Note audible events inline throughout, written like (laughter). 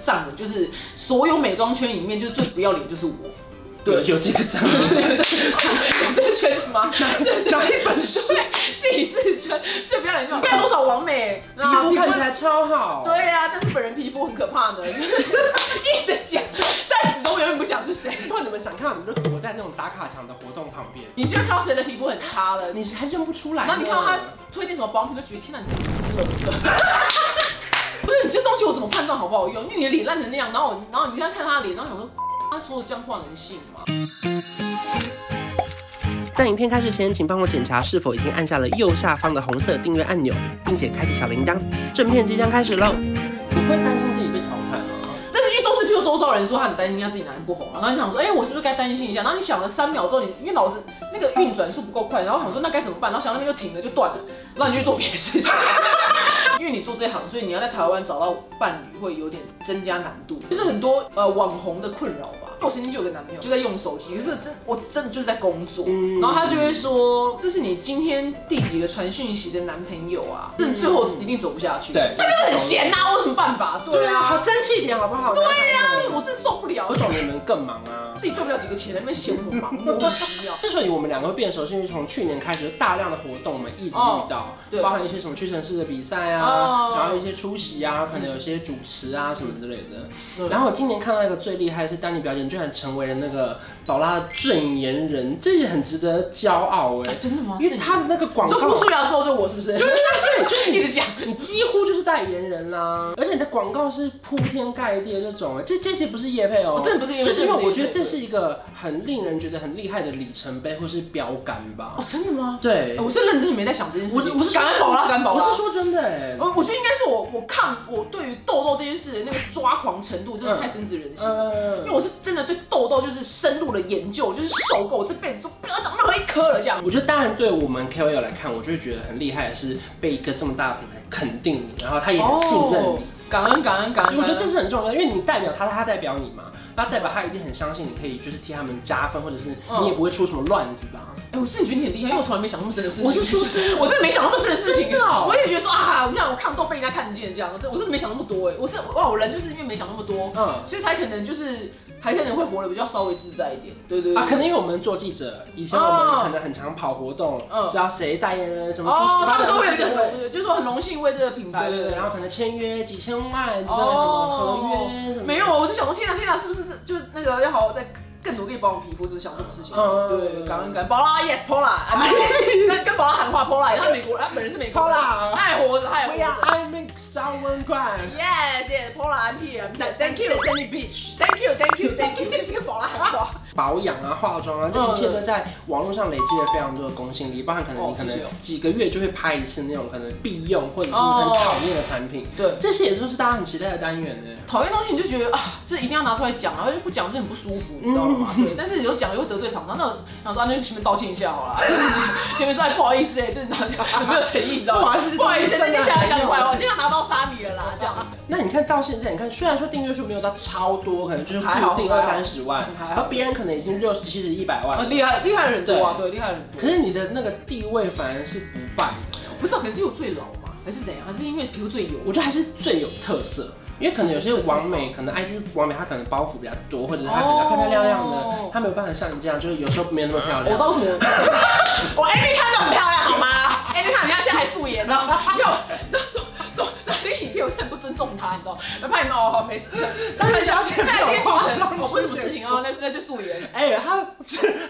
仗的，就是所有美妆圈里面就是最不要脸就是我。对， (laughs) 有这个章吗？这个圈子吗？对对哪一本书？对，自己自称最不要脸就是我，你看多少完美，皮肤看起来超啊好。对呀、但是本人皮肤很可怕呢， (laughs) 就是一直讲，但始终永远不讲是谁。如果你们想看，你们就躲在那种打卡场的活动旁边，你居然看到谁的皮肤很差了，你还认不出来。然后你看到他推荐什么保养品，就觉得天哪，你这个皮肤是垃圾。 (laughs) 不是你这东西我怎么判断好不好用？因为你的脸烂成那样，然后我，然后你看看他的脸，然后想说， (laughs) 他说的这样话能信吗？在影片开始前，请帮我检查是否已经按下了右下方的红色订阅按钮，并且开启小铃铛。正片即将开始喽！你会担心自己被淘汰吗？但是因为都是譬如周遭人说他很担心他自己哪里不红了、然后你想说，哎、我是不是该担心一下？然后你想了三秒之后，你因为脑子那个运转速不够快，然后想说那该怎么办？然后想到那边就停了，就断了，然后你就去做别的事情。因为你做这行，所以你要在台湾找到伴侣会有点增加难度，就是很多呃网红的困扰吧。我曾经就有个男朋友就在用手机，可是真我真的就是在工作，嗯然后他就会说这是你今天第几个传讯息的男朋友啊，这最后一定走不下去。对他就是很闲呐、我有什么办法？对对啊，好啊，争气一点好不好？对哎呀我真受不了我。懂你们更忙啊。自己赚不了几个钱，在那边嫌我忙，莫名其 (laughs) 妙。之所以我们两个会变熟，是因为从去年开始，大量的活动我们一直遇到，哦对包含一些什么屈臣氏的比赛哦啊，然后一些出席啊，可能有些主持啊什么之类嗯的。然后我今年看到一个最厉害的是丹尼表演，居然成为了那个宝拉的证言人，这也很值得骄傲哎，真的吗因为他的那个广说告不。出来的时候就我是不是？对，就是一直讲。你几乎就是代言人啦，而且你的广告是铺天盖地的那种，哎这这些不是叶配哦、我真的不是业配就是因这为不是业配我觉得这是一个很令人觉得很厉害的里程碑或是标杆吧哦。，真的吗？对，我是认真的没在想这件事情。哎我是我是敢保拉敢保我拉。是说真的哎、我我觉得应该是我我看我对于痘痘这件事的那个抓狂程度真的太深植人心了。因为呃，我是真的对痘痘就是深入了研究，就是受够，我这辈子就不要长任何一颗了这样。我觉得当然对我们 KOL 来看，我就会觉得很厉害的是被一个这么大的品牌肯定你，然后他也很信任你。哦感恩感恩感恩。我觉得感这恩是很重要，因为你代表他，他代表你嘛，那代表他一定很相信你可以，就是替他们加分，或者是你也不会出什么乱子吧。哎、我真的觉得你很厉害，因为我从来没想那么深的事情。我是说真 (laughs) 我真的没想那么深的事情。真的哦我也觉得说啊，你看我抗痘被人家看见这样，我真我真的没想那么多哎。我是哇，我人就是因为没想那么多，嗯，所以才可能就是还可能会活得比较稍微自在一点。对对对。啊，可能因为我们做记者，以前我哦们可能很常跑活动嗯，知道谁代言人什么出席，哦，他们都会有一个对很荣，就是说很荣幸为这个品牌。对对对，然后可能签约几千万，那个什哦么合约什么，没有，，我就想说，天啊哪天哪，是不是这就是那个要好好再更努力保养皮肤，就是想这种事情。嗯对，感恩感恩，宝拉 yes Pola，跟 (laughs) 跟宝拉喊话 Pola，他美国，他本人是美国人， Paula 他也活着，他也活哎呀着。 ，I make someone cry。 Yes, yes, Pola auntie. Thank you, Danny Beach thank you, thank you, thank you. 这是个宝拉海报。保养啊、化妆啊，这一切都在网络上累积了非常多的公信力，包含可能哦你可谢谢哦能几个月就会拍一次那种可能必用或者是很讨厌的产品，对，这些也都是大家很期待的单元呢。 (laughs) 讨厌东西你就觉得啊，这一定要拿出来讲，然后就不讲就很不舒服，你知道吗？对，但是有讲又会得罪厂商，那我想说啊，那就前面道歉一下好了，啊 (laughs) 前面说哎不好意思哎，就是拿讲没有诚意，你知道吗？不好意思不好意思，那接下来讲你坏话，今天拿刀杀你了啦，这样。那你看到现在，你看虽然说订阅数没有到超多，可能就是还好固定还二好三十万，还好哦然后别人可能已经六十、七十、一百万很了。厉害，厉害的人多啊，对，厉害的人可多。是你的那个地位反而是不败的，不是啊，可能是因为我最老嘛，还是怎样？还是因为皮肤最油？我觉得还是最有特色。因为可能有些网美，可能 IG 网美她可能包袱比较多，或者是她可能要漂漂亮亮哦的，她没有办法像你这样，就是有时候没有那么漂我知亮。道为什么 (laughs) 我 Amy 看都很漂亮，好吗？Amy 看人家现在还素颜呢，又都都那那影片我真的很不尊重她，你知道吗？那怕你们哦，好没事，那你要前面那有件事情化妆哦，不是什么事情哦，那 (laughs) 那就素颜。哎，她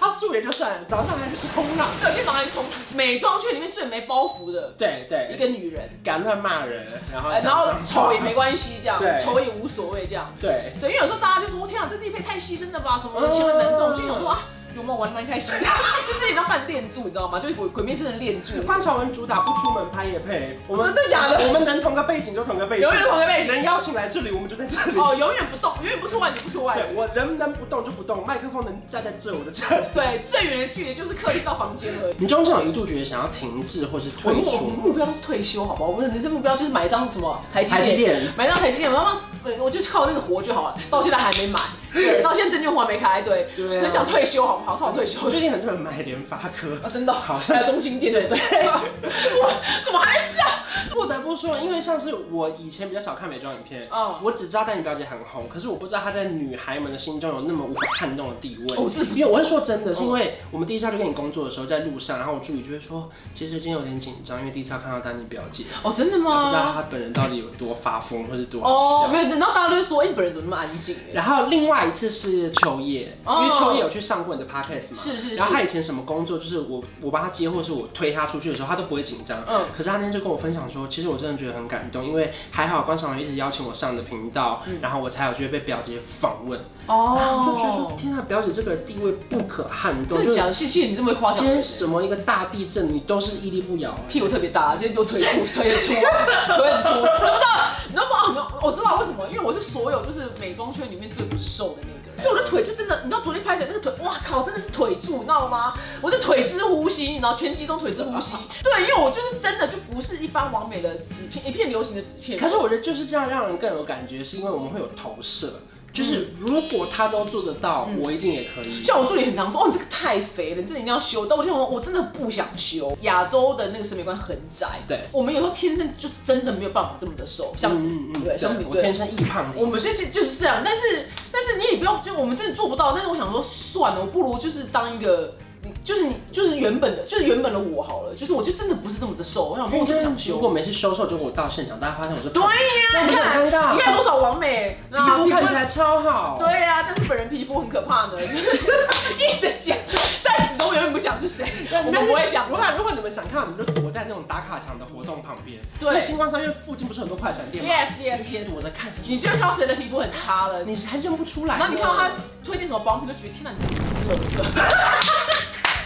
她素颜就算了，早上还去吃空浪。对，今早上从美妆圈里面最没包袱的对一对，个女人，敢乱骂人，然后呃然后讲脏话丑也没关系，这样对丑也无所谓，这样。对。对，因为有时候大家就说，天啊，这地配太牺牲了吧，什么的，千万难中。我心想说啊，有吗？玩得蛮开心的， (laughs) 就自己当饭练住，你知道吗？就是鬼鬼面真的练住。关晓雯主打不出门拍夜配，我们真的假的我们能同个背景就同个背景，永远同个背景能邀请来这里我们就在这里。哦，永远不动，永远不出外，你不出外。对，我能能不动就不动，麦克风能站在这我的这里。对，最远的距离就是客厅到房间而已。你中间有一度觉得想要停滞或是我退目我目出，标是退休，好不好？我人生目标就是买一张什么台积台积电，电买一张台积电，妈妈，对我就靠这个活就好了。到现在还没买，对，到现在证券户还没开，对，对啊很想退休，好不好？超想退休我。最近很多人买联发科，啊，真的，好还像有中心店，对不对？我怎么还在讲？不得不说，因为像是我以前比较少看美妆影片，哦我只知道戴妮表姐很红，可是我不知道她在女孩们的心中有那么无可撼动的地位。哦这不知道因为我是说真的，是因为我们第一次要去跟你工作的时候，在路上，然后我助理就会说，其实今天有点紧张，因为第一次要看到丹妮表姐，哦，真的不知道吗？她本人到底有多发疯或是多好哦，笑。没有，然后大家都会说，哎，你本人怎么那么安静？哎然后另外一次是秋叶，因哦为秋叶有去上过你的 podcast 嘛，是是是然后他以前什么工作，就是我我帮他接货，是我推他出去的时候，他都不会紧张。嗯可是他那天就跟我分享说，其实我真的觉得很感动，因为还好观赏员一直邀请我上你的频道，然后我才有机会被表姐访问。然后我就觉得说，嗯哦，天呐，表姐这个地位不可撼动，真的就是假的？谢谢你这么夸奖今我，天什么一个大地震，你都是屹立不摇。屁股特别大，今天就腿粗，腿很粗， (laughs) 腿很粗，你知道吗？你知道吗？我知道为什么，因为我是所有就是美妆圈里面最不瘦的那个人，就我的腿就真的，你知道昨天拍起来那个腿，哇靠，真的是腿柱，你知道吗？ (laughs) 我的腿之呼吸，你知道拳击中腿之呼 (laughs) 吸，对，因为我就是真的就不是一般完美的纸片，一片流行的纸片。可是我觉得就是这样让人更有感觉，是因为我们会有投射，就是如果他都做得到，嗯我一定也可以。像我助理很常说，哦，你这个太肥了，你这个一定要修。但我就想说，我真的不想修。亚洲的那个审美观很窄，对我们有时候天生就真的没有办法这么的瘦，像嗯嗯对，相比我对天生易胖，我们这这就是这样，但是但是你也不要，就我们真的做不到。但是我想说，算了，我不如就是当一个，你就是你就是原本的，就是原本的我好了。就是我就真的不是那么的瘦，我想说我就不想如修。果没事收瘦，结果我到现场，大家发现我是对胖，呀、那你不是看很尴尬你看多少完美，然后皮肤看起来超好。对呀、但是本人皮肤很可怕呢， (laughs) 一直讲，但始终永远不讲是谁，但我们不会讲如。果如果你们想看，你们就躲在那种打卡场的活动旁边。对因为星光三月附近不是很多快闪店吗 Yes yes 你 yes，躲着看，你就看到谁的皮肤很差了，你还认不出来。然后你看到他，推荐什么保养品，就觉得天哪，你真的是垃圾。 (laughs)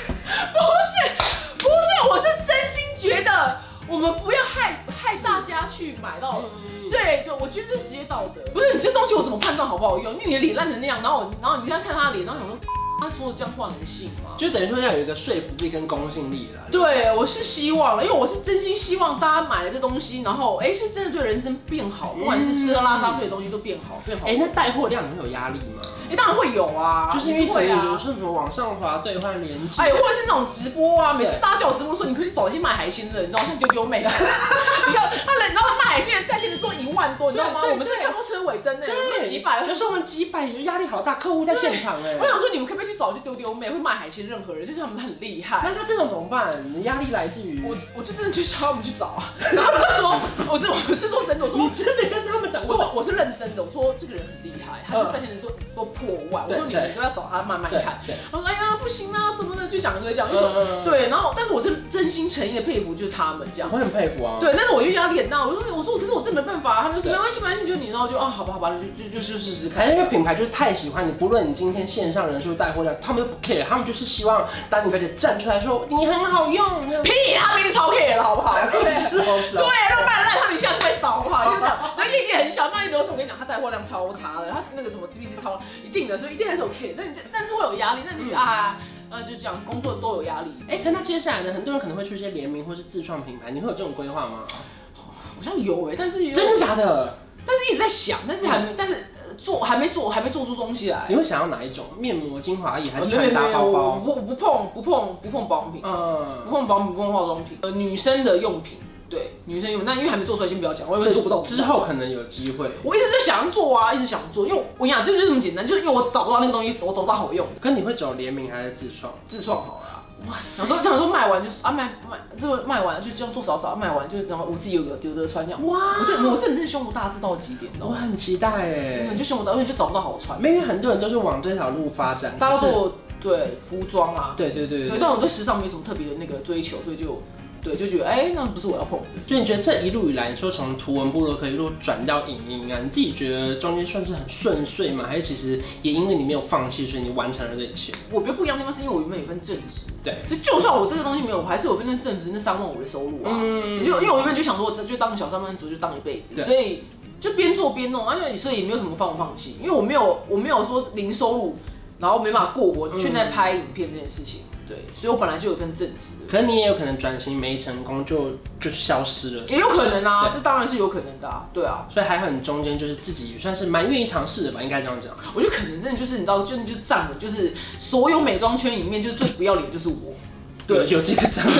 不是，不是，我是真心觉得我们不要害害大家去买到。嗯对对，我觉得这是职业道德。不是你这东西我怎么判断好不好用？因为你的脸烂成那样，然后我，然后你现在看他的脸，然后想说，他说的这样话能信吗？就等于说要有一个说服力跟公信力了。对，我是希望了，因为我是真心希望大家买了这东西，然后哎、是真的对人生变好，不管是吃喝拉撒睡的东西都变好，变好。哎、哎，那带货量你会有压力吗？当然会有啊，就是也因为会比啊。如说什么往上滑兑换连接，哎，或者是那种直播啊，每次大家叫我直播说，你可以去找一些卖海鲜的，你知道像丢丢 (laughs) 妹，你看他人，然后卖海鲜的在线的做一万多，你知道吗？对对我们这看过车尾灯呢，我们几百。有时候我们几百，有时候压力好大，客户在现场哎。我想说，你们可不可以去找一些丢丢妹，会卖海鲜任何人，就是他们很厉害。那那这种怎么办？你压力来自于我我就真的去叫他们去找啊，然后他们就说，我是我是说真的，我你说。真的跟他们讲我过是？我是认真的，我说这个人很厉害，他就在线的说都破万，我对说你对们都要找他慢慢对看。对，他说哎呀不行啊什么的，就讲这讲，就说嗯，对，然后但是我是真心诚意的佩服，就是他们这样我。会很佩服啊。对，但是我就压力很大，我就说我说可是我真的没办法、啊他们就说对没关系，没关系，就你，然后我就啊好吧好吧，就就就就试试可看。能那个品牌就是太喜欢你，不论你今天线上人数带货量，他们都不 care，他们就是希望丹妮表姐站出来说你很好用，这样屁，他们一定超 care 了，好不好？对， (laughs) 是哦是对，如哦。果卖得烂，他们一下就被扫，好 (laughs) 不好？就这样。然后业绩很小，那一流程我跟你讲，他带货量超差的，他那个什么 CPC 超一定的，所以一定还是有 care。那你就但是会有压力，那你就觉得啊，那就这样，工作都有压力。哎、可那接下来呢？很多人可能会出一些联名或是自创品牌，你会有这种规划吗？好像有哎、但是有真的假的？但是一直在想，但是还没，但是呃做还没做，还没做出东西来。你会想要哪一种？面膜、精华液还是哦没有穿没有搭没有，包我包？不不碰不碰不碰保养品。不嗯，碰保养品，不碰化妆品，呃，女生的用品，对，女生用品。那因为还没做出来，先不要讲，我也做不到。之，后可能有机会。我一直就想做啊，一直想做，因为我跟你讲，就是这么简单，就是因为我找不到那个东西，我找不到好用，可你会走联名还是自创？自创好了啊。哇塞！然后想说卖完就是啊卖卖，这个卖完就这样做少少，啊卖完就然后我自己有个丢得穿这样。哇我这我这人真的胸无大志到极点，你知道我吗？很期待真的哎就。胸无大志，因为就找不到好穿。因为很多人都是往这条路发展，大家可都是做对服装啊，对对对对对，，对但我对时尚没什么特别的那个追求，所以就对就觉得哎、那不是我要碰的。就你觉得这一路以来，你说从图文部落可以一路转到影音啊，你自己觉得中间算是很顺遂吗？还是其实也因为你没有放弃，所以你完成了这一切？我觉得不一样的地方是因为我原本有一份正职，对，所以就算我这个东西没有，我还是有份那正职那三万五的收入啊。嗯嗯，就因为我原本就想说，我就当小上班族就当一辈子对，所以就边做边弄，而且所以也没有什么放不放弃，因为我没有我没有说零收入，然后没办法过嗯活，却在拍影片这件事情。对，所以我本来就有份正职的，可能你也有可能转型没成功就，就消失了。也有可能啊，对这当然是有可能的啊。对啊，所以还好你中间就是自己也算是蛮愿意尝试的吧，应该这样讲。我觉得可能真的就是你知道，就就站稳，就是所有美妆圈里面就是最不要脸就是我。 (laughs) 有对有这个 (laughs) 章吗？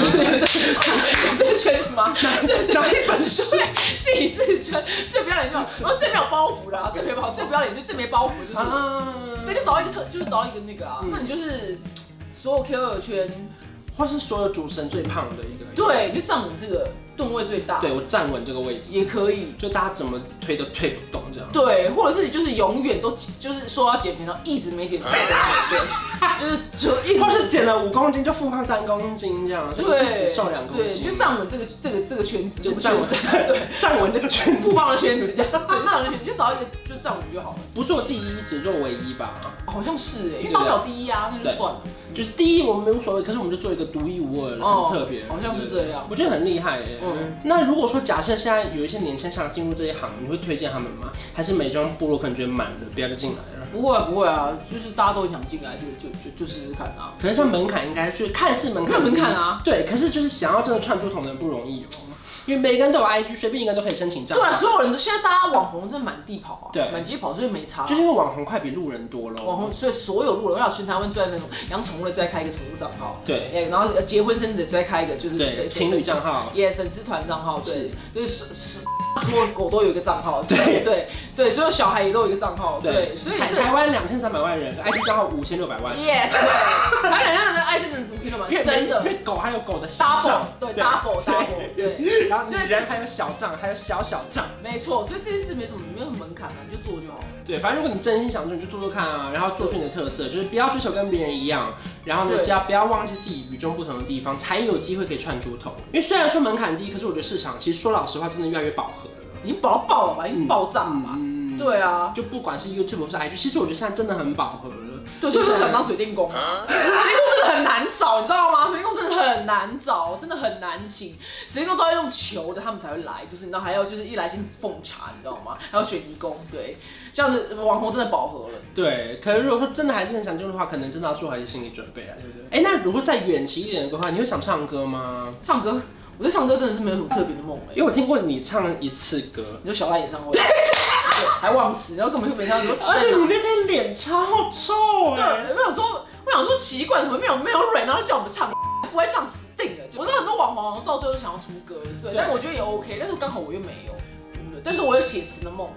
自圈什么？对哪一本书？对，自己自圈，最不要脸就， (laughs) 然后最没有包袱的、啊，最没包，最不要脸就最没包袱就是我，啊，对，就找到一个特，就是找到一个那个啊，嗯那你就是所有 KOL 圈，或是所有主持人最胖的一个人。对，你就占我们这个吨位最大，对，我站稳这个位置，也可以，就大家怎么推都推不动这样。对，或者是就是永远都就是说要减肥，然后一直没 (laughs) 减肥，对，就是就一直或是减了五公斤就复胖三公斤这样，就对只瘦两公对，斤，就占我们这个这个这个圈子，就这个站圈稳子， (laughs) 对，站稳这个圈子不，帮的圈子这样，对，占我们的圈子就找一个就占我们就好了，不做第一，只做唯一吧。好像是哎，因为对啊当不了第一啊，那就算了，就是第一我们无所谓，可是我们就做一个独一无二的，哦很特别，好像是这样我觉得很厉害耶。嗯那如果说假设现在有一些年轻人想进入这一行，你会推荐他们吗？还是美妆部落可能觉得满了，不要再进来了？不会啊不会啊，就是大家都想进来，就就就就试试看啊，可是像门槛应该就是看似门没槛有门槛啊，对，可是就是想要真的串出头的人不容易哦，因为每个人都有 IG，随便一个人都可以申请账对号。啊，所有人都现在大家网红真的满地跑啊，对满街跑，所以没差啊，就是因为网红快比路人多喽。网红，所以所有路人，我想全台湾最爱那种养宠物的最爱开一个宠物账号，对哎，然后结婚生子也最爱开一个，就是对情侣账号，也粉丝团账号，对，就是所所所有狗都有一个账号，对对对，所有小孩也都有一个账号，对对，所以台这台湾两千三百万人，IG 账号五千六百万， yes，对， (laughs) 台湾人他们的爱真的很毒品了嘛，因为真的因为狗还有狗的小 double 账，对 (laughs) double double 对，对，然后所以女人还有小账，还有小小账，没错，所以这件事没什么没有什么门槛啊，你就做就好了。对，反正如果你真心想做，你就做做看啊，然后做出你的特色，就是不要追求跟别人一样，然后呢，对只要不要忘记自己与众不同的地方，才有机会可以串出头。因为虽然说门槛低，可是我觉得市场其实说老实话，真的越来越饱和了，已经饱到爆了吧，已经爆炸了嘛，嗯，对啊，就不管是 YouTube 或是 IG，其实我觉得现在真的很饱和了。对，所以我就想当水电工啊。水电工真的很难找，你知道吗？水电工真的很难找，真的很难请。水电工都要用求的，他们才会来，就是你知道，还要就是一来先奉茶，你知道吗？还要选义工，对，这样子网红真的饱和了。对，可是如果说真的还是很想进入的话，可能真的要做好一些心理准备啊，对不对？哎、那如果再远期一点的话，你会想唱歌吗？唱歌，我对唱歌真的是没有什么特别的梦哎、因为我听过你唱一次歌，你说小赖演唱会，对，还忘词，然后根本就没唱，你说死而且在你哪？那天脸超臭哎、对，我想说，我想说奇怪，怎么没有没有蕊，然后叫我们唱，不会唱死定了。我知道很多网红到最后都想要出歌，对，对但我觉得也 OK，但是刚好我又没有，对但是我有写词的梦，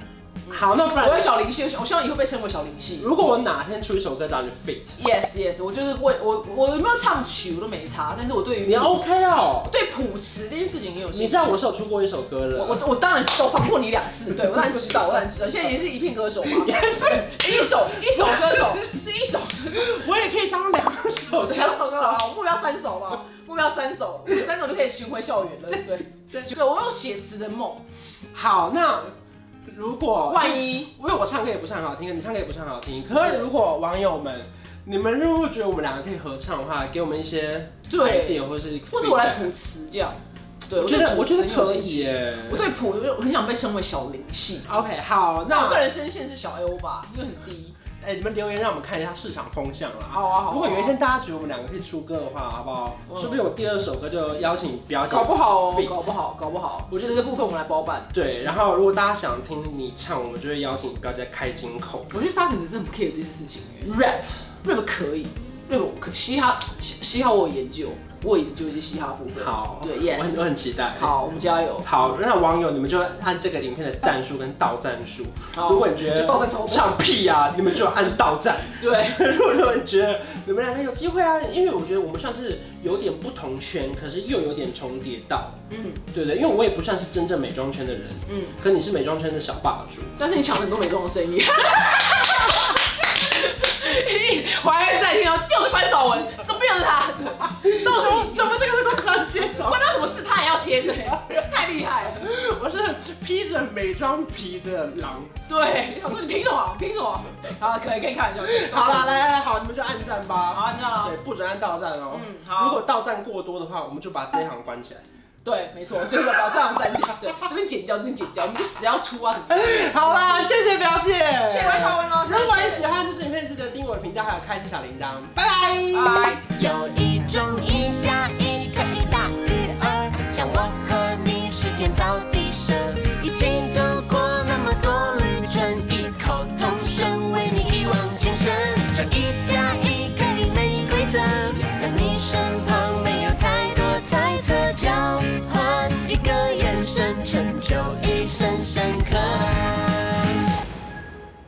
好，那不我有然小灵性，我希望以后被称为小灵性。如果我哪天出一首歌找你 fit， Yes Yes，我就是我我我有没有唱曲我都没差，但是我对于你 OK 哦？对谱词这件事情很有兴趣。你知道我是有出过一首歌的，我我我当然知道，我放过你两次，对我当然知道，我当然知道，现在也是一片歌 (laughs) 手嘛，一首一首歌手是一首歌手。我也可以当两首歌两 (laughs) 首歌啊，我目标三首嘛，目标三首，我们三首就可以巡回校园了，对不对？对，我有写词的梦，好，那如果万一因为我唱歌也不是很好听，你唱歌也不是很好听，可是如果网友们。你们如果觉得我们两个可以合唱的话，给我们一些对， idea 或是 feedback，或者我来谱词这样，对我觉得我觉得可。谱词很有兴以趣耶。我对谱，我就很想被称为小灵系。 OK，好，那我个那人声线是小 O 吧，因为很低。哎，你们留言让我们看一下市场风向啦。好啊，好啊。如果有一天大家觉得我们两个可以出歌的话，好不好？嗯说不定我第二首歌就邀请你表姐搞。不好哦啊 Fit，搞不好，搞不好，我我觉觉得得这部分我们来包办。对，然后如果大家想听你唱，我们就会邀请你表姐开金口我觉得大家可能真的不 care 这件事情欸 rap。 ，rap 可以，rap 我可嘻哈嘻嘻哈我有研究，我有研究一些嘻哈部分。好，对我很，yes。我很期待。好，我们加油。好，那网友你们就按这个影片的赞数跟倒赞数。好如果你觉就倒在得头上，唱屁呀、你们就按倒赞。对， (laughs) 如果如果你觉得你们两个有机会啊，因为我觉得我们算是有点不同圈，可是又有点重叠到，嗯对不对？因为我也不算是真正美妆圈的人，嗯，可你是美妆圈的小霸主。但是你抢了很多美妆的生意。 (laughs) 怀恩在听哦，又是关少文，怎么又是他？到时候怎么这个是个关节走？关他什么事，他也要贴对，太厉害了。我是披着美妆皮的狼。对，我说你凭什么？凭什么？好，可以可以开玩笑。好好啦，了，来来来，好，你们就按赞吧。好，这样了对。，不准按到赞哦。嗯好如果到赞过多的话，我们就把这一行关起来。对，没错，就是把这样删掉，对，这边剪掉，这边剪掉，你就死要出啊什么哎的。好啦，谢谢表姐，谢谢关少文喽，如果你喜欢这支影片，记得订阅我的频道，还有开启小铃铛。拜拜。拜。有一种一加一可以大于二，像我和你是天造地设，一起走过那么多旅程，异口同声为你一往情深。这一加一